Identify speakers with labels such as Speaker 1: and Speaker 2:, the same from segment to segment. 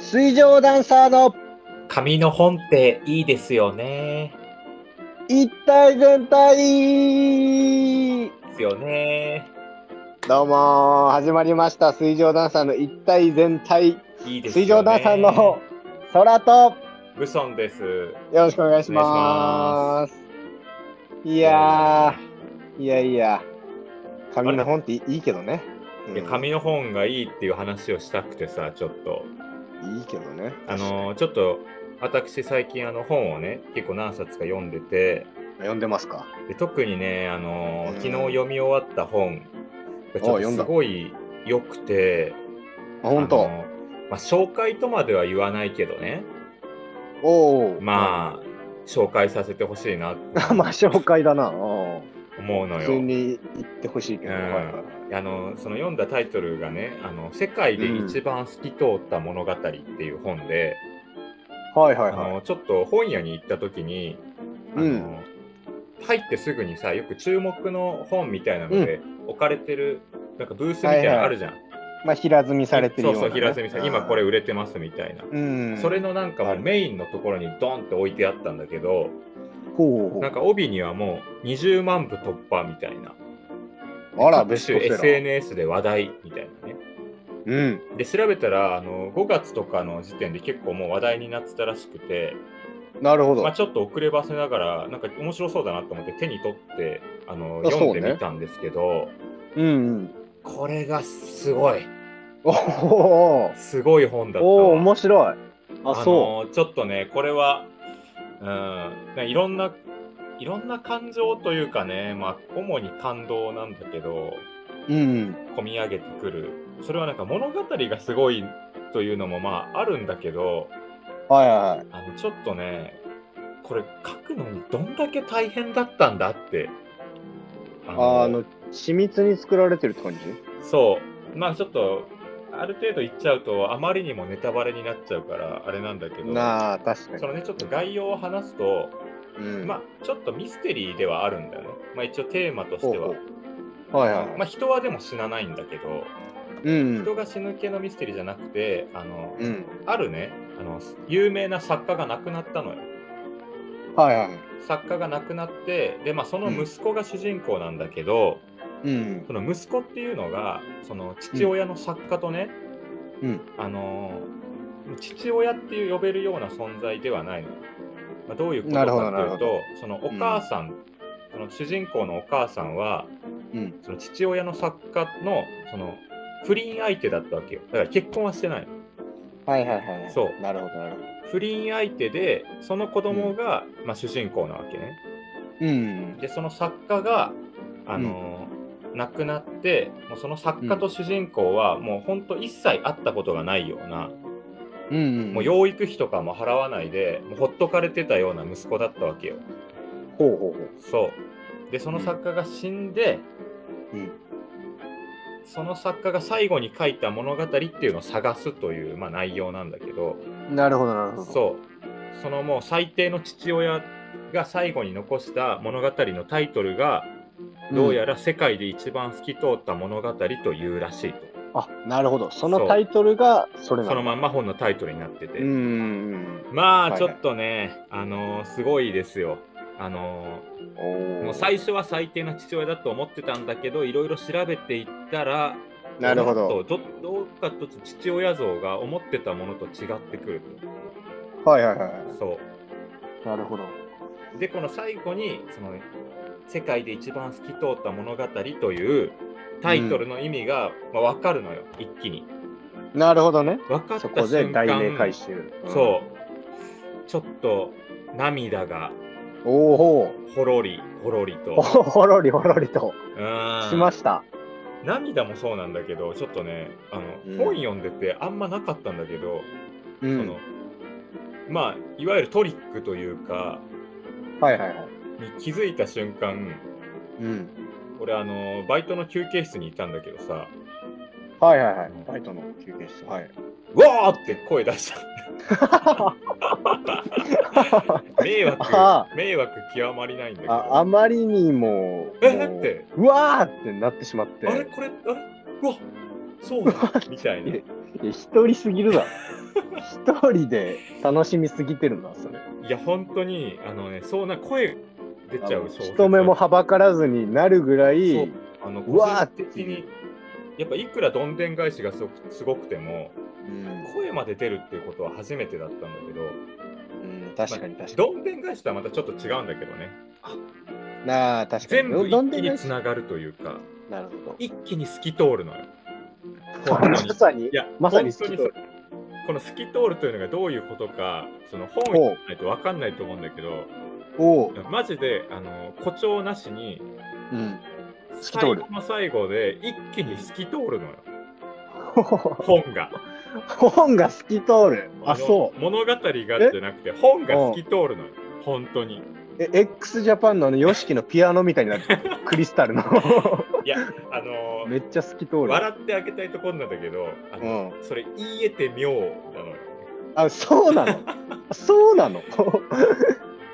Speaker 1: 水上ダンサーの
Speaker 2: 紙の本っていいですよね。
Speaker 1: 一体全体
Speaker 2: ですよね。
Speaker 1: どうもー始まりました水上ダンサーの一体全体、
Speaker 2: いいですよ
Speaker 1: 水
Speaker 2: ね。
Speaker 1: 上ダンサーの空と
Speaker 2: ブソンです。
Speaker 1: よろしくお願いしますいやーいやいや紙の本っていいいけどね、うん
Speaker 2: いや紙の本がいいっていう話をしたくてさ、ちょっと。
Speaker 1: いいけどね
Speaker 2: あのーちょっと、私最近あの本をね、結構何冊か読んでて、
Speaker 1: 読んでますか
Speaker 2: で特にね、あのー
Speaker 1: うん
Speaker 2: 昨日読み終わった本がちょ
Speaker 1: お
Speaker 2: っと
Speaker 1: 読ん
Speaker 2: す
Speaker 1: だ
Speaker 2: ごい良くて、
Speaker 1: あ本当、
Speaker 2: あのーまあ、紹介とまでは言わないけどね、
Speaker 1: おお
Speaker 2: まあ、紹介させてほしいなって
Speaker 1: あまあ紹介だなうん
Speaker 2: 思うの
Speaker 1: 普
Speaker 2: よ。
Speaker 1: 通に言ってほしいけど、
Speaker 2: うん
Speaker 1: はいはい
Speaker 2: あのその読んだタイトルがね「あの世界で一番透き通った物語」っていう本で、
Speaker 1: はいはい
Speaker 2: あ
Speaker 1: はい
Speaker 2: のちょっと本屋に行った時に、あの
Speaker 1: うん
Speaker 2: 入ってすぐにさよく注目の本みたいなので置かれてる、なんかブースみたいなのあるじゃん、
Speaker 1: まあ平積みされてるような、
Speaker 2: そうそう平積さん今これ、売れてますみたいな、
Speaker 1: うん、
Speaker 2: それのなんかもうメインのところにドンって置いてあったんだけど、
Speaker 1: ほうほう
Speaker 2: なんか帯にはもう20万部突破みたいな
Speaker 1: ほうあら
Speaker 2: 各
Speaker 1: ベス
Speaker 2: 種
Speaker 1: トセラー
Speaker 2: SNS で話題みたいなね
Speaker 1: うん
Speaker 2: で調べたらあの5月とかの時点で結構もう話題になってたらしくて、
Speaker 1: なるほど、
Speaker 2: まあ、ちょっと遅ればせながらなんか面白そうだなと思って手に取ってあの
Speaker 1: あそうね
Speaker 2: 読んでみたんですけど、
Speaker 1: うん うん
Speaker 2: これがすごい
Speaker 1: おお
Speaker 2: すごい本だったわ
Speaker 1: おお面白いあ
Speaker 2: あ
Speaker 1: そ
Speaker 2: のちょっとねこれは、うん、なんかいろんないろんな感情というかね、まあ、主に感動なんだけど
Speaker 1: ううん
Speaker 2: 込み上げてくるそれはなんか物語がすごいというのもまああるんだけど
Speaker 1: はいはい
Speaker 2: あのちょっとねこれ書くのにどんだけ大変だったんだってあ
Speaker 1: あの緻密に作られてるって感じ
Speaker 2: そうまあちょっとある程度言っちゃうとあまりにもネタバレになっちゃうからあれなんだけど
Speaker 1: なあ確かに
Speaker 2: そのねちょっと概要を話すと、
Speaker 1: うん
Speaker 2: まあちょっとミステリーではあるんだよね、まあ、一応テーマとし
Speaker 1: ほう
Speaker 2: ては
Speaker 1: ほうはいはい、
Speaker 2: まあ、人はでも死なないんだけど、
Speaker 1: うん
Speaker 2: 人が死ぬ系のミステリーじゃなくてあの、
Speaker 1: うん
Speaker 2: あるねあの有名な作家が亡くなったのよ
Speaker 1: はいはい
Speaker 2: 作家が亡くなってで、まあ、その息子が主人公なんだけど、
Speaker 1: うん
Speaker 2: その息子っていうのがその父親の作家とね、
Speaker 1: うん
Speaker 2: あのー父親っていう呼べるような存在ではないのよ、まあ、どういうことか
Speaker 1: なるほど
Speaker 2: っていう
Speaker 1: な
Speaker 2: とそのお母さん、その主人公のお母さんは
Speaker 1: うん
Speaker 2: その父親の作家のその不倫相手だったわけよだから結婚はしてないの
Speaker 1: はいはいはいはい
Speaker 2: そう
Speaker 1: なるほどなるほど
Speaker 2: 不倫相手でその子供が、まあ、主人公なわけね
Speaker 1: うん
Speaker 2: でその作家があのー亡くなってもうその作家と主人公はもうほんと一切会ったことがないような、
Speaker 1: うんん
Speaker 2: もう養育費とかも払わないでもうほっとかれてたような息子だったわけよ
Speaker 1: ほうほうほう
Speaker 2: そうでその作家が死んで、
Speaker 1: うん
Speaker 2: その作家が最後に書いた物語っていうのを探すという、まあ、内容なんだけど
Speaker 1: なるほどなるほど。
Speaker 2: そうそのもう最低の父親が最後に残した物語のタイトルがどうや
Speaker 1: ら、
Speaker 2: ら世界で一番透き通った物語というらしいと、
Speaker 1: あなるほど。そ
Speaker 2: そう
Speaker 1: のタイトルがそれな
Speaker 2: その
Speaker 1: の。
Speaker 2: まんま本のタイトルになってて、
Speaker 1: うんうん
Speaker 2: ま
Speaker 1: はいは
Speaker 2: あ
Speaker 1: い
Speaker 2: ちょっとね、あのーすごいですよ。あの
Speaker 1: うん。
Speaker 2: ー
Speaker 1: お
Speaker 2: もう
Speaker 1: ー
Speaker 2: 最初は最低な父親だと思ってたんだけどいろいろ調べていったら
Speaker 1: なるほ
Speaker 2: 思
Speaker 1: ど
Speaker 2: っ。とどどうかと父親像が思ってたものと違ってくる
Speaker 1: はいはいは
Speaker 2: と
Speaker 1: い。
Speaker 2: そ
Speaker 1: なるほど。
Speaker 2: うでこの最後にその世界で一番透き通った物語というタイトルの意味が、まあ、分かるのよ一気に
Speaker 1: なるほどね。
Speaker 2: 分かった
Speaker 1: そ
Speaker 2: 瞬
Speaker 1: こ
Speaker 2: 間
Speaker 1: で題名回収。うん
Speaker 2: そうちょっと涙が
Speaker 1: おーほ
Speaker 2: ほろりほろりと
Speaker 1: う。ほろりほろりと
Speaker 2: うん
Speaker 1: しました。
Speaker 2: 涙もそうなんだけどちょっとねあの、
Speaker 1: うん
Speaker 2: 本読んでてあんまなかったんだけど、
Speaker 1: う
Speaker 2: そ
Speaker 1: ん
Speaker 2: の。まあいわゆるトリックというか
Speaker 1: はいはいはい。
Speaker 2: に気づいた瞬間
Speaker 1: うん。
Speaker 2: 俺あのバイトの休憩室にいたんだけどさ
Speaker 1: はいはいは
Speaker 2: う
Speaker 1: い
Speaker 2: ん。
Speaker 1: ファイトの休憩室。はい。
Speaker 2: 「うわー!」って声出 した迷
Speaker 1: あ
Speaker 2: 惑迷惑極まりないんだけど
Speaker 1: ああまりにも。
Speaker 2: え
Speaker 1: もう
Speaker 2: って
Speaker 1: うわーってなってしまって。
Speaker 2: あれこれあれうわそうだみたい な
Speaker 1: えいや一人すぎるだろ。一人で楽しみすぎてるな、それ。
Speaker 2: いや本当にあのねそうな声出ちゃう小説
Speaker 1: 人目もはばからずになるぐら
Speaker 2: そう
Speaker 1: い、
Speaker 2: あの
Speaker 1: うわー
Speaker 2: 個人的にやっぱいくらどんでん返しがすごくすごくても
Speaker 1: うん
Speaker 2: 声まで出るっていうことは初めてだったんだけど
Speaker 1: うん、確かに確か
Speaker 2: どんでん返しとはまたちょっと違うんだけどね
Speaker 1: に。なあ、確かに。
Speaker 2: 全部
Speaker 1: ど
Speaker 2: 一
Speaker 1: んで
Speaker 2: 気
Speaker 1: ん返
Speaker 2: に
Speaker 1: し
Speaker 2: つながるというか
Speaker 1: なるほど。
Speaker 2: 一気に透き通るのよ。
Speaker 1: ま さに
Speaker 2: い、や
Speaker 1: まさに
Speaker 2: 本当
Speaker 1: 透き
Speaker 2: に
Speaker 1: 通
Speaker 2: そうこの透き通るというのがどういうことかその本を読まないと分かんないと思うんだけど
Speaker 1: おう、
Speaker 2: マジであの誇張なしに
Speaker 1: うん。透き通
Speaker 2: 最
Speaker 1: る
Speaker 2: 後の最後で一気に透き通るのよ本が。
Speaker 1: 本が透き通る。あ、そう。
Speaker 2: う物語がじゃなくて本が透き通るのよ本当に。
Speaker 1: え、x ジャパンのあの YOSHIKI のピアノみたいにな ってるクリスタルの
Speaker 2: いやあ の
Speaker 1: めっちゃ透き通る
Speaker 2: 笑ってあげたいところなんだけどあ
Speaker 1: う
Speaker 2: の、
Speaker 1: ん
Speaker 2: それ言えて妙なのよ。
Speaker 1: あそうなのそうなの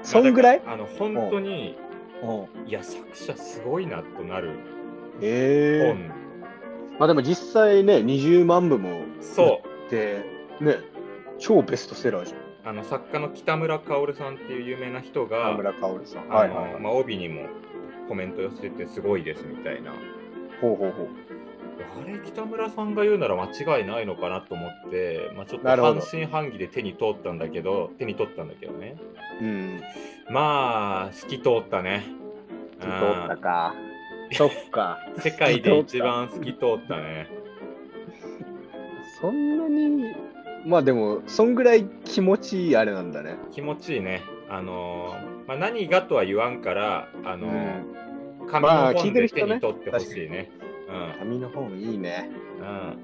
Speaker 1: そんぐらい、
Speaker 2: まあだからあの本当に
Speaker 1: うん
Speaker 2: いや作者すごいなとなる
Speaker 1: ええ
Speaker 2: 本
Speaker 1: まあでも実際ね20万部も
Speaker 2: そう
Speaker 1: でね超ベストセラーじゃん
Speaker 2: あの作家の北村薫さんっていう有名な人が
Speaker 1: 田村かおるさん
Speaker 2: あの
Speaker 1: はいはいはい、
Speaker 2: まあ、帯にもコメント寄せててすごいですみたいなあ
Speaker 1: ほうほうほう
Speaker 2: れ北村さんが言うなら間違いないのかなと思って、まあ、ちょっと
Speaker 1: なるほ
Speaker 2: 半
Speaker 1: ど
Speaker 2: 信半疑で手に取ったんだけど手に取ったんだけどね
Speaker 1: うん
Speaker 2: まあ透き通ったね
Speaker 1: 透き通ったかそっか
Speaker 2: うん 世界で一番透き通ったね
Speaker 1: そんなにまあでもそんぐらい気持ちいいあれなんだね
Speaker 2: 気持ちいいねあのーまあ、何がとは言わんからあのー
Speaker 1: う
Speaker 2: 紙の
Speaker 1: まあ聞
Speaker 2: 本
Speaker 1: いて
Speaker 2: で
Speaker 1: る
Speaker 2: 手
Speaker 1: 人
Speaker 2: に
Speaker 1: ね
Speaker 2: 取ってほしいね。
Speaker 1: 紙の本いいね
Speaker 2: うんうん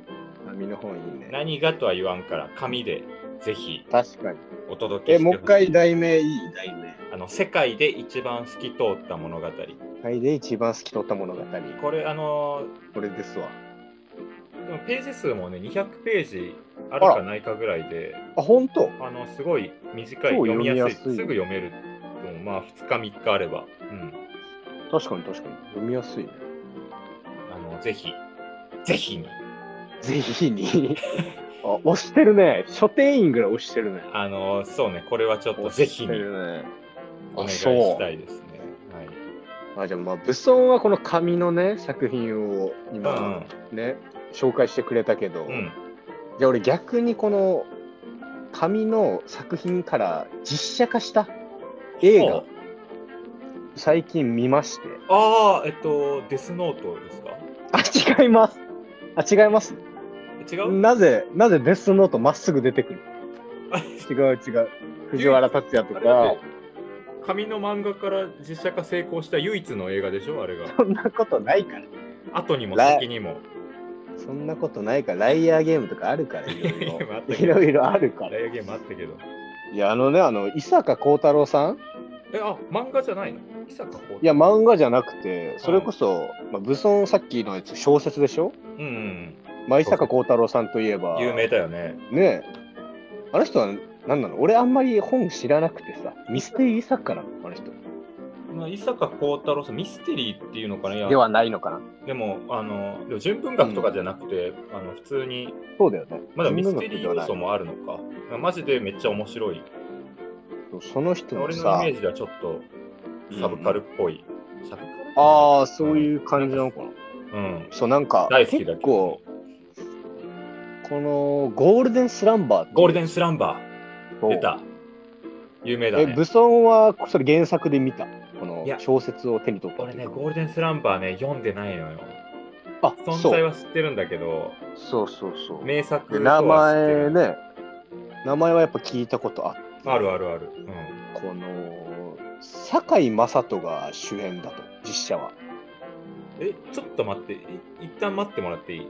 Speaker 1: 紙の本いいね
Speaker 2: 何がとは言わんから紙でぜひ
Speaker 1: 確かに
Speaker 2: お届け
Speaker 1: え
Speaker 2: して
Speaker 1: も
Speaker 2: ほ
Speaker 1: う
Speaker 2: しい
Speaker 1: 一回題名いい題名
Speaker 2: あの世界で一番透き通った物語
Speaker 1: はい、で一番透き通った物語。
Speaker 2: これあの
Speaker 1: これですわ。
Speaker 2: ーでもページ数もね200ページあるかないかぐらいで
Speaker 1: あ、本当。
Speaker 2: あのすごい短い
Speaker 1: そう
Speaker 2: 読みやすいす
Speaker 1: 読みやすい
Speaker 2: ぐ読めるとまあ2日3日あれば、うん、
Speaker 1: 確かに確かに。読みやすいね。
Speaker 2: あのぜひぜひに
Speaker 1: ぜひ に。あ、押してるね。書店員ぐらい押してるね。
Speaker 2: あのーそうねこれはちょっとぜ
Speaker 1: 押し
Speaker 2: ひ
Speaker 1: て
Speaker 2: に
Speaker 1: るね。
Speaker 2: お願いし
Speaker 1: そう
Speaker 2: たいですねはい
Speaker 1: あ、じゃあまあ、武装はこの紙のね、作品を
Speaker 2: うん
Speaker 1: 今、ね、紹介してくれたけど、
Speaker 2: うん
Speaker 1: じゃあ俺逆にこの紙の作品から実写化した映画
Speaker 2: ほ、
Speaker 1: 最近見まして。
Speaker 2: ああ、えっと、デスノートですか
Speaker 1: あ、違います。あ、違います。
Speaker 2: 違う、
Speaker 1: なぜ、なぜデスノートまっすぐ出て くる
Speaker 2: あ
Speaker 1: 違う違う。藤原竜也と
Speaker 2: あれだっ
Speaker 1: か
Speaker 2: て、紙の漫画から実写化成功した唯一の映画でしょあれが。
Speaker 1: そんなことないから。
Speaker 2: 後にも先にも。
Speaker 1: そんなことないから、ライアーゲームとかあるから、いろい
Speaker 2: いやま
Speaker 1: ろ。
Speaker 2: た
Speaker 1: いろいろある
Speaker 2: あ
Speaker 1: から。
Speaker 2: れゲームあったけど。
Speaker 1: いや、あのね、あの、伊坂幸太郎さん
Speaker 2: え、あ、漫画じゃないの伊坂幸
Speaker 1: いや、漫画じゃなくて、それこそ、まあ、武尊さっきのやつ、小説でしょ
Speaker 2: うんうん、
Speaker 1: まあ、伊坂幸太郎さんといえば、
Speaker 2: 有名だよね。
Speaker 1: ねえ。あの人は、なんなの俺あんまり本知らなくてさ、ミステリー作家なのあの人。
Speaker 2: まあ、伊坂幸太郎さん、ミステリーっていうのかないや
Speaker 1: ではないのかな
Speaker 2: でも、あの、でも純文学とかじゃなくて、あの普通に、
Speaker 1: そうだよね。
Speaker 2: まだミステリー要素
Speaker 1: そ
Speaker 2: もあるのか。マジでめっちゃ面白い。
Speaker 1: うその人の
Speaker 2: 俺の
Speaker 1: さ
Speaker 2: イメ、ージではちょっとサブカルっぽい。サブカル
Speaker 1: ああ、そういう感じなのかな。
Speaker 2: うん。
Speaker 1: そう、なんか、
Speaker 2: 大好きだけど
Speaker 1: 結構、このゴールデンスランバー
Speaker 2: ゴールデ
Speaker 1: ン
Speaker 2: ンスランバー出た。有名だ
Speaker 1: え、
Speaker 2: ね
Speaker 1: 武。尊はそれ原作で見た。この
Speaker 2: いや
Speaker 1: 小説を手に取った
Speaker 2: 俺ね、
Speaker 1: というか
Speaker 2: ゴールデンスランバーね、読んでないのよ。
Speaker 1: あ、
Speaker 2: 存
Speaker 1: そ
Speaker 2: 在
Speaker 1: う。
Speaker 2: は知ってるんだけど、
Speaker 1: そうそうそう。
Speaker 2: 名作
Speaker 1: で
Speaker 2: とは
Speaker 1: 名
Speaker 2: 知ってる
Speaker 1: 前。ね、名前はやっぱ聞いたことあっ
Speaker 2: あるあるある。
Speaker 1: この、堺雅人が主演だと、実写は。
Speaker 2: うん、え、ちょっと待って、い一旦待ってもらっていい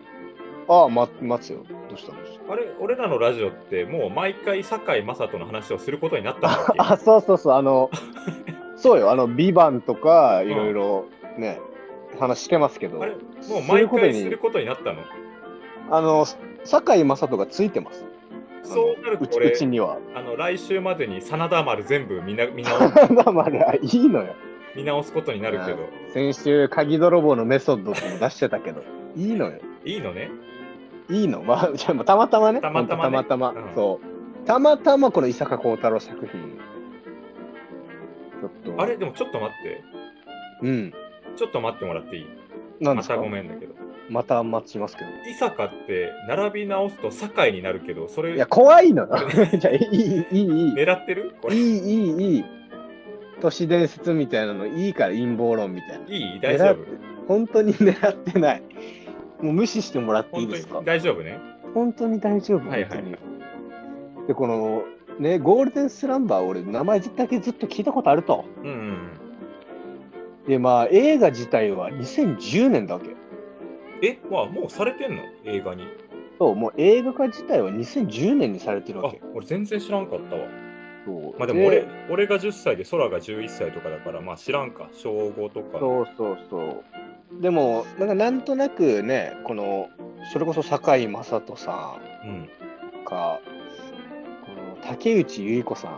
Speaker 1: ああ、ま、待つよ。どうしたのどうした
Speaker 2: あれ、俺らのラジオってもう毎回堺井雅人の話をすることになったんだっけ
Speaker 1: あ、そうそうそう、あ の、そうよ、あの、ビバンとか、いろいろね、話してます けど
Speaker 2: あ、れ、もう
Speaker 1: する
Speaker 2: 毎
Speaker 1: こと
Speaker 2: 回
Speaker 1: に
Speaker 2: することになったの
Speaker 1: あの、堺井雅人がついてます。
Speaker 2: そうなる
Speaker 1: う
Speaker 2: と
Speaker 1: ち
Speaker 2: 俺
Speaker 1: うちには。
Speaker 2: あの、来週までに真田丸全部見な見直
Speaker 1: まだまだいいのよ。
Speaker 2: 見直すことになるけど、
Speaker 1: 先週、鍵泥棒のメソッドっての出してたけ ど、いいのよ。
Speaker 2: いいのね
Speaker 1: いいの。まあ、じゃあたまたまね。
Speaker 2: たまたまね
Speaker 1: ほんとたまたま。
Speaker 2: うん
Speaker 1: そう。たまたまこの伊坂幸太郎作品。ちょっと。
Speaker 2: あれでもちょっと待って。
Speaker 1: うん。
Speaker 2: ちょっと待ってもらっていい
Speaker 1: なん
Speaker 2: ま
Speaker 1: ですか
Speaker 2: たごめんだけど。
Speaker 1: また待ちますけど。
Speaker 2: 伊坂って並び直すと堺になるけど、それ
Speaker 1: いや、怖いのよ。 じゃあいい、いい、いい、
Speaker 2: 狙ってるこ
Speaker 1: いい、
Speaker 2: れ。い
Speaker 1: いい、いい。都市伝説みたいなのいいから陰謀論みたいな。
Speaker 2: い大丈夫
Speaker 1: 狙本当に狙ってない。もう無視してもらっていい
Speaker 2: 本
Speaker 1: です
Speaker 2: 当
Speaker 1: か
Speaker 2: に大丈夫ね
Speaker 1: 本当に大丈夫。
Speaker 2: はいはい
Speaker 1: 本当にで、この、ね、ゴールデンスランバー、俺、名前だけずっと聞いたことあると。
Speaker 2: うんうん。
Speaker 1: で、まあ、映画自体は2010年だわけ。
Speaker 2: え、まあ、もうされてんの映画に。
Speaker 1: そう、もう映画化自体は2010年にされてるわ
Speaker 2: あ
Speaker 1: け。、
Speaker 2: 俺全然知らんかったわ。
Speaker 1: そう
Speaker 2: まあでも俺、俺が10歳で空が11歳とかだから、まあ知らんか。小5とか。
Speaker 1: そうそうそう。でも、なんかなんとなくね、この、それこそ堺雅人さ
Speaker 2: うん。
Speaker 1: んか、この竹内結子さん、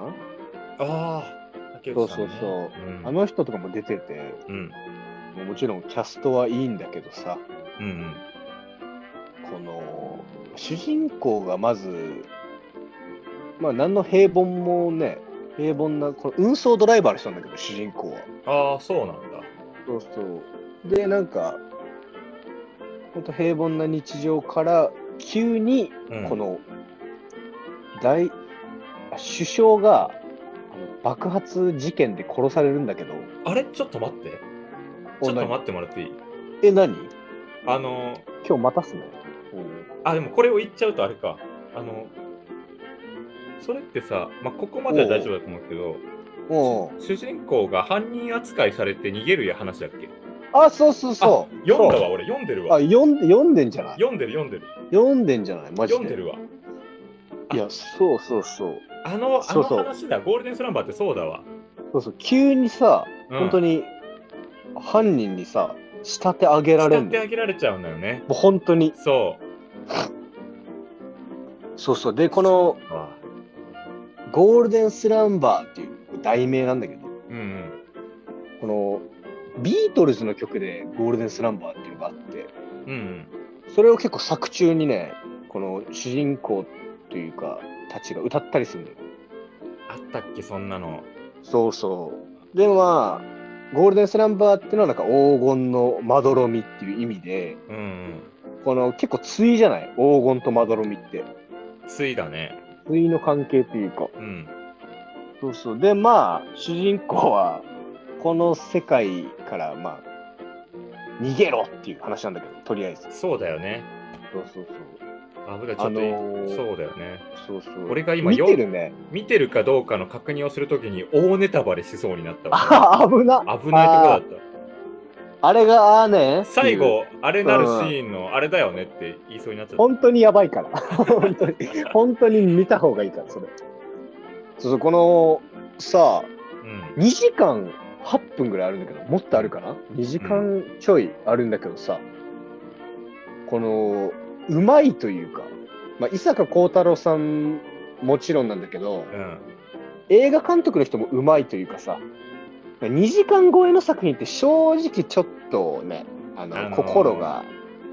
Speaker 2: ああ、竹内さん
Speaker 1: そ
Speaker 2: ね
Speaker 1: うそうそ
Speaker 2: うん
Speaker 1: あの人とかも出てて、
Speaker 2: うん。
Speaker 1: もうもちろんキャストはいいんだけどさ、
Speaker 2: うんうん。
Speaker 1: この、主人公がまず、まあ、何の平凡もね、平凡な、この運送ドライバーの人なんだけど、主人公は。
Speaker 2: ああ、そうなんだ。
Speaker 1: そうそう。で、なんか、ほんと平凡な日常から、急に、
Speaker 2: うん、
Speaker 1: この、大、あ首相が、あの爆発事件で殺されるんだけど、
Speaker 2: あれちょっと待って。ちょっと待ってもらっていい
Speaker 1: え、何
Speaker 2: あの、
Speaker 1: 今日待たすね。
Speaker 2: あ、でもこれを言っちゃうとあれか。あの、それってさ、まあ、ここまでは大丈夫だと思うけど、
Speaker 1: おう
Speaker 2: 主人公が犯人扱いされて逃げるや話だっけ
Speaker 1: あ、そうそうそう。
Speaker 2: 読んだ
Speaker 1: そう
Speaker 2: わ、俺、読んでる
Speaker 1: あ
Speaker 2: わ。
Speaker 1: 読ん、読んでんじゃない
Speaker 2: 読んでる、読んでる。
Speaker 1: 読んでんじゃないマジで。
Speaker 2: 読んでるわ。
Speaker 1: いや、そうそうそう。
Speaker 2: あの、あ
Speaker 1: そ
Speaker 2: の
Speaker 1: うそう
Speaker 2: 話だ、ゴールデンスランバーってそうだわ。
Speaker 1: そうそう。急にさ、
Speaker 2: うん
Speaker 1: 本当に、犯人にさ、仕立て上げられる
Speaker 2: 使っ
Speaker 1: の
Speaker 2: て
Speaker 1: よ。
Speaker 2: あげられちゃうんだよね。
Speaker 1: もう本当に。
Speaker 2: そ
Speaker 1: そうそう。で、この
Speaker 2: う。あ
Speaker 1: ゴールデンスランバーっていう題名なんだけど、
Speaker 2: うんうん。
Speaker 1: このビートルズの曲でゴールデンスランバーっていうのがあって、
Speaker 2: うんうん。
Speaker 1: それを結構作中にね、この主人公というか、たちが歌ったりするのよ。
Speaker 2: あったっけ、そんなの。
Speaker 1: そうそう。で、まあ、ゴールデンスランバーっていうのはなんか黄金のまどろみっていう意味で、
Speaker 2: うんうん。
Speaker 1: この結構対じゃない黄金とまどろみって。
Speaker 2: ついだね。
Speaker 1: 対の関係というか。
Speaker 2: うん。
Speaker 1: そうそう。で、まあ、主人公は、この世界から、まあ、逃げろっていう話なんだけど、とりあえず。
Speaker 2: そうだよね。
Speaker 1: そうそう
Speaker 2: 危ない、ちょっと、
Speaker 1: あのー
Speaker 2: そうだよね。
Speaker 1: そう。そうそう。
Speaker 2: 俺が今
Speaker 1: 見
Speaker 2: よ
Speaker 1: てるね。
Speaker 2: 見てるかどうかの確認をするときに大ネタバレしそうになったわ。
Speaker 1: あ 危な。
Speaker 2: 危ないとこだった。
Speaker 1: あれが、あーね。
Speaker 2: 最。後、あれなるシーンのあれだよねって言いそうになっちゃっ
Speaker 1: 本当にやばいから。 本当に、本当に見た方がいいから、それ。そうそう、この、さあ、
Speaker 2: た。うん。
Speaker 1: 2時間8分ぐらいあるんだけど、もっとあるかな ?2 時間ちょいあるんだけどさ、この、うまいというか、まあ、伊坂幸太郎さんもちろんなんだけど、
Speaker 2: うん。
Speaker 1: 映画監督の人もうまいというかさ、2時間超えの作品って正直ちょっとね、あの、
Speaker 2: あのー
Speaker 1: 心が、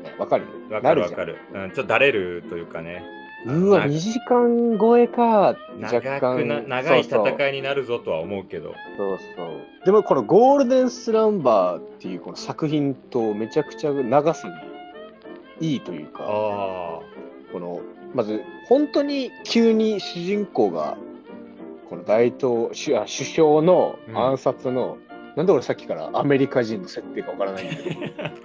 Speaker 1: ね、わかるな
Speaker 2: わかる
Speaker 1: る
Speaker 2: わ
Speaker 1: じゃん
Speaker 2: か。る。うん、ちょっとだれるというかね。
Speaker 1: うわ、
Speaker 2: な
Speaker 1: 2時間超えか、
Speaker 2: 長
Speaker 1: 若
Speaker 2: く
Speaker 1: 干
Speaker 2: な長い
Speaker 1: そうそう
Speaker 2: 戦いになるぞとは思うけど。
Speaker 1: そうそう。でもこのゴールデンスランバーっていうこの作品とめちゃくちゃ長さがいいというか、
Speaker 2: あ
Speaker 1: この、まず本当に急に主人公が、この大統首あ首相の暗殺の、なんで俺さっきからアメリカ人の設定かわからないんだけ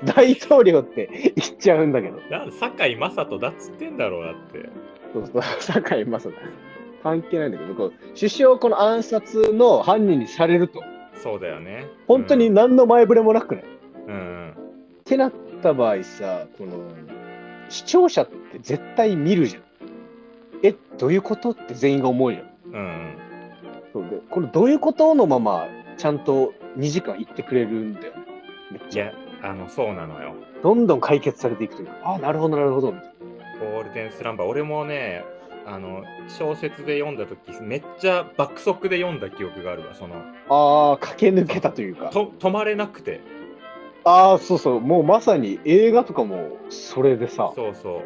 Speaker 1: ど、大統領って言っちゃうんだけど、
Speaker 2: あ。なん堺井雅人だっつってんだろうだって。
Speaker 1: そうそう、堺雅人。関係ないんだけど、こう首相をこの暗殺の犯人にされると、
Speaker 2: そうだよね。
Speaker 1: 本当に
Speaker 2: うん。
Speaker 1: 何の前触れもなくね。
Speaker 2: うん
Speaker 1: ってなった場合さこの視聴者って絶対見るじゃんえどういうことって全員が思うじゃん
Speaker 2: うんうん。
Speaker 1: そうでこのどういうことのままちゃんと2時間言ってくれるんだよめっ
Speaker 2: い
Speaker 1: ちゃ
Speaker 2: や、あの、そうなのよ。
Speaker 1: どんどん解決されていくというかあなるほどなるほどみたい
Speaker 2: ゴールデンスランバー、俺もね、あの小説で読んだとき、めっちゃ爆速で読んだ記憶があるわ、その
Speaker 1: なあー駆け抜けたというか
Speaker 2: と止まれなくて、
Speaker 1: ああそうそうもうまさに映画とかもそれでさ
Speaker 2: そうそ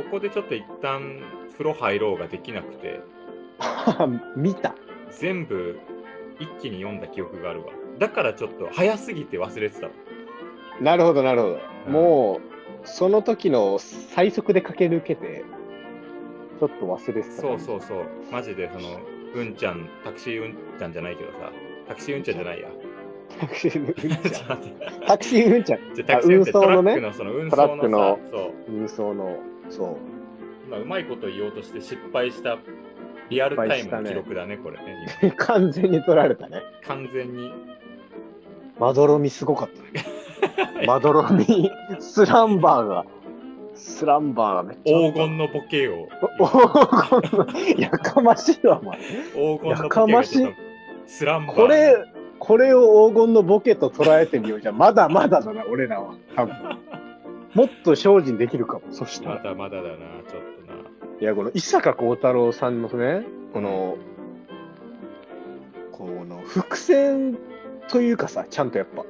Speaker 2: う、ここでちょっと一旦風呂入ろうができなくて、
Speaker 1: 見た。
Speaker 2: 全部一気に読んだ記憶があるわだからちょっと早すぎて忘れてたわ
Speaker 1: なるほど、なるほど。
Speaker 2: うん
Speaker 1: もう、その時の最速で駆け抜けて、ちょっと忘れてた。
Speaker 2: そうそうそうマジでそのうんちゃんタクシーうんちゃんじゃないけどさタクシーうんちゃんじゃないや
Speaker 1: う。タクシーのうんち
Speaker 2: ちょっと待って
Speaker 1: ゃん。 タクシーうんちゃん。
Speaker 2: じゃあタクシー運転
Speaker 1: あ運送のね
Speaker 2: トラックのその運
Speaker 1: トラ
Speaker 2: 送
Speaker 1: ック
Speaker 2: の
Speaker 1: の
Speaker 2: さそう
Speaker 1: 運送の、そう。
Speaker 2: 今うまいこと言おうとして失敗したリアルタイムの記録だねこれ ね
Speaker 1: 完全に取られたね。
Speaker 2: 今完全に
Speaker 1: まどろみすごかったね。 まどろみ、スランバーが、スランバーがめっちゃあ
Speaker 2: 黄
Speaker 1: った。
Speaker 2: 金のボケを
Speaker 1: お黄金のやかましいわ、お前。
Speaker 2: 黄金の
Speaker 1: や
Speaker 2: ボ
Speaker 1: か
Speaker 2: ケが
Speaker 1: ま
Speaker 2: ち
Speaker 1: しい
Speaker 2: ょっとスランバー
Speaker 1: これ、これを黄金のボケと捉えてみようじゃ、まだまだだな、俺らは。多 分もっと精進できるかも、そした
Speaker 2: ま
Speaker 1: ら。
Speaker 2: だまだだなちょっとない
Speaker 1: や、この伊坂幸太郎さんのね、この、この伏線というかさ、ちゃんとやっぱ、
Speaker 2: う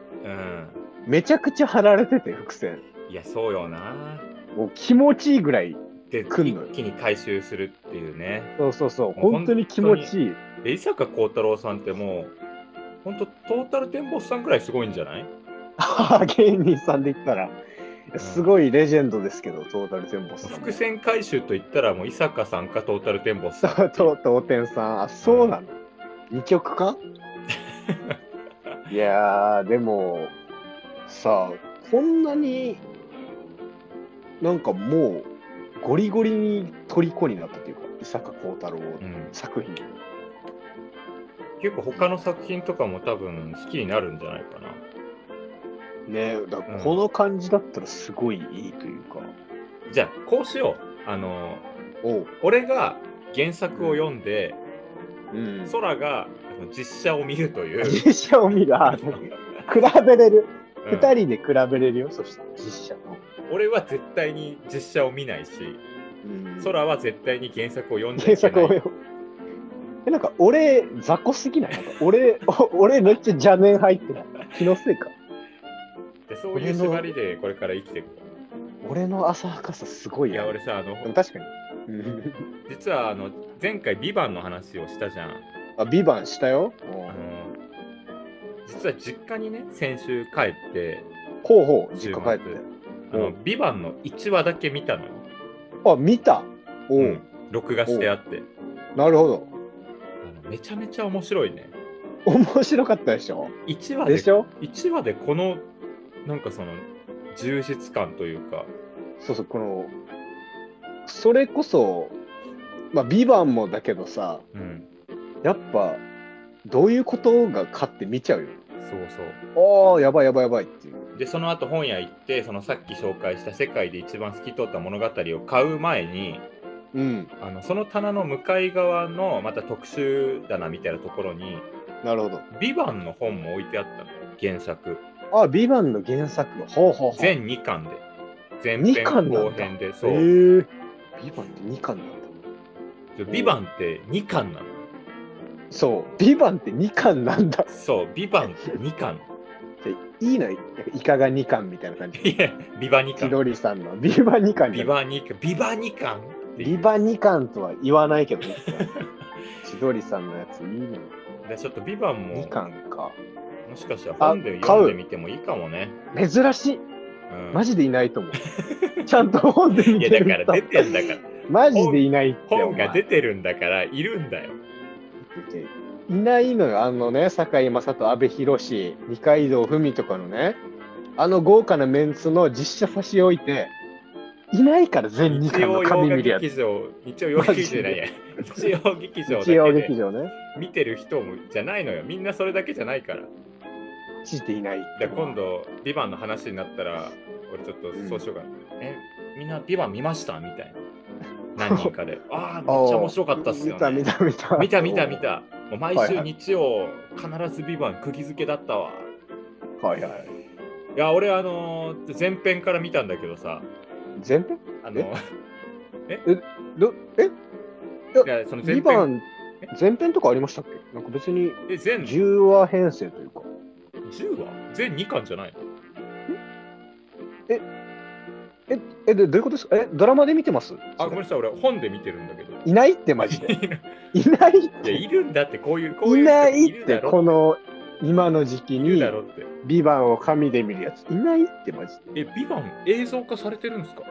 Speaker 1: めちゃくちゃ張られてて、伏線。
Speaker 2: んいやそうよな
Speaker 1: もう気持ちいいぐらい
Speaker 2: で一
Speaker 1: 来んのよ
Speaker 2: 気に回収するっていうね
Speaker 1: そうそうそう、
Speaker 2: もう
Speaker 1: 本当に気持ちいい。
Speaker 2: え伊坂幸太郎さんってもうほんとトータルテンボスさんくらいすごいんじゃない
Speaker 1: 芸人さんで言ったら、すごいレジェンドですけど、トータルテンボスさんも。
Speaker 2: 伏線回収といったらもう伊坂さんかトータルテンボスさんって
Speaker 1: そ、と
Speaker 2: いう
Speaker 1: うとうてんさん、あ、そうなの。二曲かいやー、でも、さあ、こんなに、なんかもう、ゴリゴリに虜になったというか、伊坂幸太郎
Speaker 2: う
Speaker 1: の
Speaker 2: ん
Speaker 1: 作品。
Speaker 2: 結構他の作品とかも多分好きになるんじゃないかな。
Speaker 1: ねだから
Speaker 2: うん
Speaker 1: この感じだったらすごいいいというか。
Speaker 2: じゃあこうしよう。あの
Speaker 1: おう、
Speaker 2: 俺が原作を読んで、
Speaker 1: うん。
Speaker 2: 空があの実写を見るという。
Speaker 1: 実写を見る。あ、 比べれる。
Speaker 2: うん
Speaker 1: 二、人で比べれるよ、そしたら実写と。
Speaker 2: 俺は絶対に実写を見ないし、
Speaker 1: うん
Speaker 2: 空は絶対に原作を読んじ
Speaker 1: 原
Speaker 2: ゃいけ
Speaker 1: 作
Speaker 2: な
Speaker 1: を
Speaker 2: い。
Speaker 1: よ。え、なんか俺、雑魚すぎないなんか俺、 お俺めっちゃ邪念入ってない。気のせいか。
Speaker 2: でそういう縛りでこれから生きていく。
Speaker 1: 俺の浅はかさすごい
Speaker 2: い
Speaker 1: や
Speaker 2: や
Speaker 1: ん。
Speaker 2: 俺さあの
Speaker 1: でも確かに。うん
Speaker 2: 実はあの前回「ビバンの話をしたじゃん。
Speaker 1: あ、ビバンしたよ。う
Speaker 2: あの
Speaker 1: ん
Speaker 2: 実は実家にね先週帰って
Speaker 1: ほうほう、実家帰っ
Speaker 2: 週
Speaker 1: て。
Speaker 2: あの
Speaker 1: う
Speaker 2: 「ビバンの1話だけ見たのよ。
Speaker 1: あ、見た。おう、
Speaker 2: うん録画してあって
Speaker 1: なるほど。
Speaker 2: あのめちゃめちゃ面白いね
Speaker 1: 面白かったでしょ
Speaker 2: 1話で
Speaker 1: でしょ
Speaker 2: 1話でこのなんかその充実感というか
Speaker 1: そうそう、この、それこそ、まあ、ビバンもだけどさ、
Speaker 2: うん
Speaker 1: やっぱ、どういうことが勝って見ちゃうよ。
Speaker 2: そうそ
Speaker 1: ああ、やばいやばいやばいっていう。
Speaker 2: うでその後本屋行ってそのさっき紹介した世界で一番透き通った物語を買う前に
Speaker 1: うん、
Speaker 2: あのその棚の向かい側のまた特集棚みたいなところに
Speaker 1: なるほど。
Speaker 2: 「ビバンの本も置いてあったの原作
Speaker 1: あ、ビバンの原作。ほうほうほう。
Speaker 2: 全2巻で前
Speaker 1: 二
Speaker 2: 編
Speaker 1: 巻なんだ
Speaker 2: 後編で
Speaker 1: え
Speaker 2: そう、
Speaker 1: ー、ビバンって2巻なんだ。
Speaker 2: でビバンって2巻なの
Speaker 1: そう、ビバンって2巻なんだ。
Speaker 2: そう、ビバンって2巻。
Speaker 1: でいいな、いかが2巻みたいな感じ。
Speaker 2: いや、ビバ2
Speaker 1: 千
Speaker 2: 巻。
Speaker 1: 鳥さんのビバ2巻
Speaker 2: ビ
Speaker 1: じゃない
Speaker 2: バ2巻。ビバ2巻ってい
Speaker 1: ビ
Speaker 2: う
Speaker 1: バ2巻とは言わないけ どね。千鳥さんのやついいの。
Speaker 2: でちょっとビバンも
Speaker 1: 2、巻か。
Speaker 2: もしかしたら本で
Speaker 1: あ買う
Speaker 2: 読んでみてもいいかもね。
Speaker 1: 珍しい。
Speaker 2: うん、
Speaker 1: マジでいない と思う。ちゃんと本で見
Speaker 2: いや、
Speaker 1: て
Speaker 2: だ
Speaker 1: る
Speaker 2: から
Speaker 1: 人
Speaker 2: 出。てんだから。
Speaker 1: マジ でいないって。お
Speaker 2: 本
Speaker 1: 前
Speaker 2: が出てるんだから、いるんだよ。
Speaker 1: いないのよ、あのね、堺井雅人、阿部寛、二階堂ふみとかのね、あの豪華なメンツの実写差し置いて、いないから全2巻
Speaker 2: 日
Speaker 1: の
Speaker 2: 曜洋
Speaker 1: 紙
Speaker 2: 画
Speaker 1: 見るやつ。
Speaker 2: 劇場、日曜洋画劇場じ ゃないや。日曜劇場だ
Speaker 1: 日曜
Speaker 2: けで
Speaker 1: 劇場ね、
Speaker 2: 見てる人もじゃないのよ。みんなそれだけじゃないから。
Speaker 1: ついていない。
Speaker 2: で今。度、ビバンの話になったら、俺ちょっとそうしようかな。え、みんなビバン見ましたみたいな。 何人かで。ああ、めっちゃ面白かったっすよ、
Speaker 1: 見
Speaker 2: ね。
Speaker 1: た見た
Speaker 2: 見
Speaker 1: 見た。
Speaker 2: た見た見た。もう毎
Speaker 1: はい
Speaker 2: 週
Speaker 1: はい
Speaker 2: 日曜、必ずビバン釘付けだったわ。
Speaker 1: はいはい。
Speaker 2: いや、俺、あのー前編から見たんだけどさ、
Speaker 1: 全編
Speaker 2: あの、
Speaker 1: どえ
Speaker 2: いやその前
Speaker 1: 二
Speaker 2: 編
Speaker 1: 番前編とかありましたっけなんか別に
Speaker 2: で全10
Speaker 1: 10話編成というか。
Speaker 2: 話全2巻じゃないの
Speaker 1: え、でどういうことですかえ、ドラマで見てます
Speaker 2: あ、ごめんなさい、俺本で見てるんだけど。
Speaker 1: いないってマジで。
Speaker 2: い
Speaker 1: いないっ
Speaker 2: や、
Speaker 1: て。
Speaker 2: いるんだって、こういう、こう
Speaker 1: い
Speaker 2: いう人
Speaker 1: な
Speaker 2: も
Speaker 1: い
Speaker 2: る
Speaker 1: って、
Speaker 2: だろ
Speaker 1: この今の時期
Speaker 2: いる
Speaker 1: に
Speaker 2: だろって。
Speaker 1: ビバンを紙で見るやつ。いないってマジで。
Speaker 2: え、ビバン映像化されてるんですか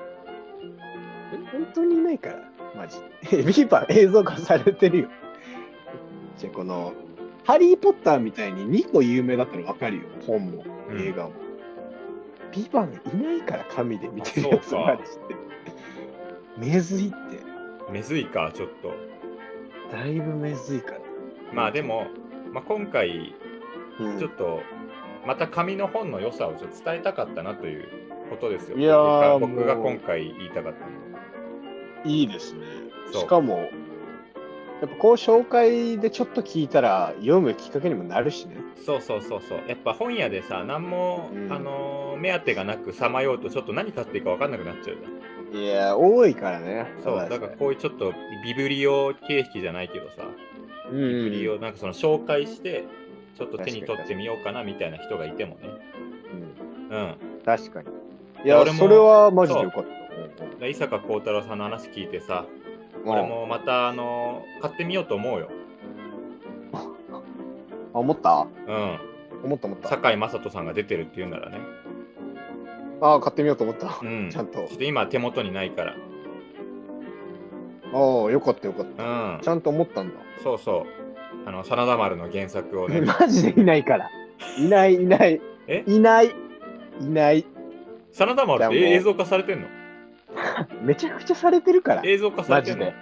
Speaker 1: 本当にいないから、マジで。 ビバン映像化されてるよ。じゃあこの、ハリー・ポッターみたいに2個有名だったらわかるよ。本も
Speaker 2: うん
Speaker 1: 映画も。ビバンいないから紙で見てるやつ
Speaker 2: あそう
Speaker 1: マ
Speaker 2: か
Speaker 1: ジで。めずいって。
Speaker 2: めずいか、ちょっと。
Speaker 1: だいぶめずいから。
Speaker 2: まあでも、まあ、今回、
Speaker 1: うん
Speaker 2: ちょっと、また紙の本の良さをちょっと伝えたかったなということですよ。
Speaker 1: いやー
Speaker 2: 僕が
Speaker 1: もう
Speaker 2: 僕が今回言いたかったの。
Speaker 1: いいですね。
Speaker 2: そう
Speaker 1: しかも、やっぱこう紹介でちょっと聞いたら読むきっかけにもなるしね。
Speaker 2: そうそうそうそう。やっぱ本屋でさ、何も、
Speaker 1: うん
Speaker 2: あのー目当てがなくさまようと、ちょっと何買っていいか分かんなくなっちゃうじゃん。
Speaker 1: いやー、多いからね。
Speaker 2: そう、だからこういうちょっとビブリオ形式じゃないけどさ、
Speaker 1: う
Speaker 2: ビブリ
Speaker 1: ん、
Speaker 2: オなんかその紹介して、ちょっと手に取ってみようかなみたいな人がいてもね。
Speaker 1: うん
Speaker 2: うん。だか
Speaker 1: 確かに。い
Speaker 2: いや
Speaker 1: や、
Speaker 2: 俺も
Speaker 1: それはマジでよかった。うん
Speaker 2: ら伊坂幸太郎さんの話聞いてさ、
Speaker 1: うん
Speaker 2: 俺もまたあのー買ってみようと思うよ。
Speaker 1: あ思った
Speaker 2: うん。
Speaker 1: 思った思った。
Speaker 2: 堺雅人さんが出てるっていうならね。
Speaker 1: ああ、買ってみようと思った。
Speaker 2: うん。
Speaker 1: ちゃんと
Speaker 2: ちょっと今手元にないから。
Speaker 1: ああ、よかったよかった。
Speaker 2: うん
Speaker 1: ち。ゃんと思ったんだ。
Speaker 2: そうそう。あの、真田丸の原作を ね。
Speaker 1: マジでいないから。いないいない。
Speaker 2: え
Speaker 1: いない。いない。
Speaker 2: 真田丸っ
Speaker 1: いやもう
Speaker 2: て映像化されてんの
Speaker 1: めちゃくちゃされてるから。
Speaker 2: 映像化さ
Speaker 1: マ
Speaker 2: れて
Speaker 1: ジ
Speaker 2: んの
Speaker 1: で。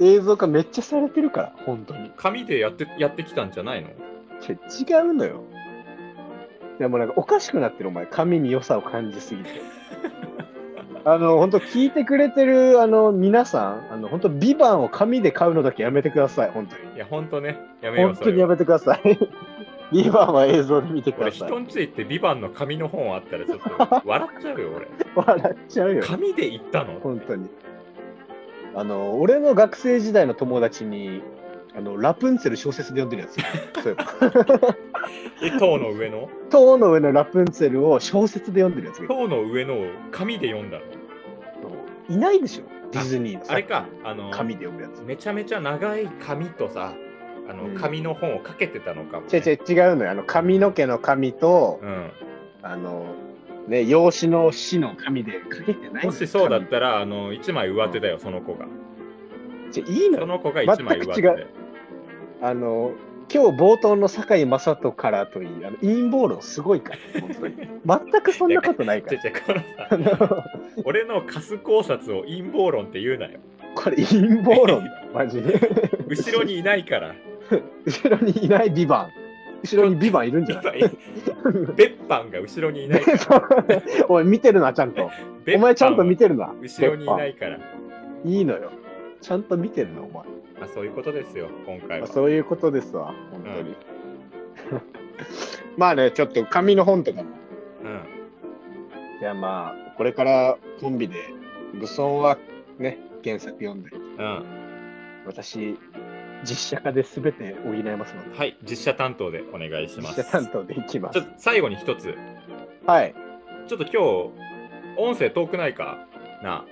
Speaker 1: 映像化めっちゃされてるから、本当に。
Speaker 2: 紙でやってやってきたんじゃないの
Speaker 1: ち違うのよ。でもうなんかおかしくなってるお前、紙に良さを感じすぎて。 あの、本当聞いてくれてる、あの、皆さん、あの、本当ビバンを紙で買うのだけやめてください、本当に。
Speaker 2: いや、ほんとね、やめよう、
Speaker 1: 本
Speaker 2: そ
Speaker 1: 当に
Speaker 2: れ
Speaker 1: や
Speaker 2: は。
Speaker 1: めてください。ビバンは映像で見てく
Speaker 2: 俺、
Speaker 1: ださい
Speaker 2: 人。んち行って、ビバンの紙の本あったら、ちょっ と笑っちゃうよ、俺。
Speaker 1: 笑っちゃうよ、
Speaker 2: 紙で行ったの
Speaker 1: 本当に。あの、俺の学生時代の友達に、あの、ラプンツェル小説で読んでるやつ。 そういえば。
Speaker 2: え、塔の上の
Speaker 1: 塔の上のラプンツェルを小説で読んでるやつがいる
Speaker 2: 塔の上のを紙で読んだの。
Speaker 1: いないでしょディズニーのさ
Speaker 2: あれか、あの、
Speaker 1: 紙で読むやつ。
Speaker 2: めちゃめちゃ長い紙とさ、あ
Speaker 1: う
Speaker 2: の、
Speaker 1: ん
Speaker 2: 紙の本をかけてたのかも、
Speaker 1: 違う違う違うのよ。あの髪の毛の髪と、
Speaker 2: うん。
Speaker 1: あのね養子の死の紙でかけてないのよ
Speaker 2: もしそうだったら、あの、一枚上手だよ、その子が。
Speaker 1: 紙じゃいいの
Speaker 2: そ
Speaker 1: よ。
Speaker 2: の子が一枚上手
Speaker 1: 全く
Speaker 2: だよ。
Speaker 1: あの今日冒頭の堺雅人からといいあの陰謀論すごいから本 当に全くそんなことないか
Speaker 2: ちょ
Speaker 1: ら。
Speaker 2: ちょ、この
Speaker 1: あ
Speaker 2: さ、
Speaker 1: の
Speaker 2: 俺のカス考察を陰謀論って言うなよ。
Speaker 1: これ陰謀論だマジで
Speaker 2: 後ろにいないから。
Speaker 1: 後ろにいないビバン後ろにビバンいるんじゃない
Speaker 2: 別班が後ろにいないから。
Speaker 1: おい見てるなちゃんとお前ちゃんと見
Speaker 2: て
Speaker 1: てるな
Speaker 2: 後ろにいないから。
Speaker 1: いいのよ。ちゃんと見てるの、お前。
Speaker 2: まあ、そういうことですよ、今回は。
Speaker 1: あそういうことですわ、本当に。 まあね、ちょっと紙の本とかも。
Speaker 2: うん。
Speaker 1: いやまあ、これからコンビで、武装はね、原作読んで、
Speaker 2: うん。
Speaker 1: 私、実写化で全て補いますので、
Speaker 2: はい、実写担当でお願いしま
Speaker 1: 実写
Speaker 2: す。
Speaker 1: 担当でいきま
Speaker 2: ちょ
Speaker 1: す
Speaker 2: っ。と最後に一つ、
Speaker 1: はい。
Speaker 2: ちょっと今日、音声遠くないかな。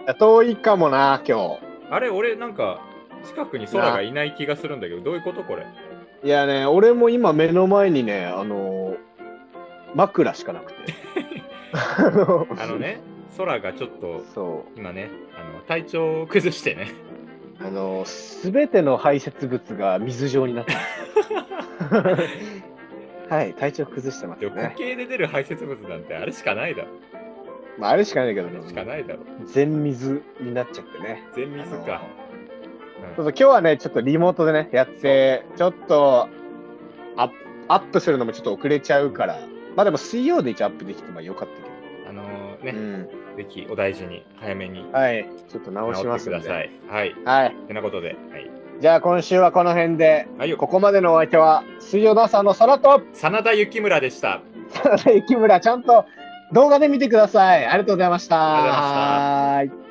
Speaker 1: いや遠いかもな、今
Speaker 2: あれ、俺なんか、近くに空がいない気がするんだけど、どういうことこれ。
Speaker 1: 日。いやね、俺も今目の前にね、あのー枕しかなくて。 あの
Speaker 2: あのね、空がちょっと、
Speaker 1: そう。
Speaker 2: 今ね、あの体調を崩してね。
Speaker 1: あのすべての排泄物が水状になって ます。はい、体調崩してま
Speaker 2: で
Speaker 1: す
Speaker 2: も固
Speaker 1: ね。
Speaker 2: 形で出る排泄物なんてあれしかないだろ。
Speaker 1: まあ、あれしかないけ
Speaker 2: あ
Speaker 1: ど、
Speaker 2: れしかないだろ。
Speaker 1: 全水になっちゃってね。
Speaker 2: 全水
Speaker 1: あ
Speaker 2: か。
Speaker 1: のそうそう今日はね、ちょっとリモートでね、やって、ちょっとアップアップするのもちょっと遅れちゃうから、まあでも水曜で一応アップできて、まあよかったけ
Speaker 2: あの
Speaker 1: ど、
Speaker 2: ね、
Speaker 1: う
Speaker 2: ぜひお大事に早めに
Speaker 1: ん。はい、ちょっと直
Speaker 2: 直
Speaker 1: します
Speaker 2: してく
Speaker 1: ん
Speaker 2: だ
Speaker 1: で。
Speaker 2: さい。はい。
Speaker 1: はい、
Speaker 2: てなことで、はい。
Speaker 1: じゃあ今週はこの辺で、
Speaker 2: はいよ、
Speaker 1: ここまでのお相手は、水曜ダンサーの空と、
Speaker 2: 真田幸村でした。
Speaker 1: 木村ちゃんと動画で見てください。ありがとうございました。
Speaker 2: ありがとうございました
Speaker 1: はーい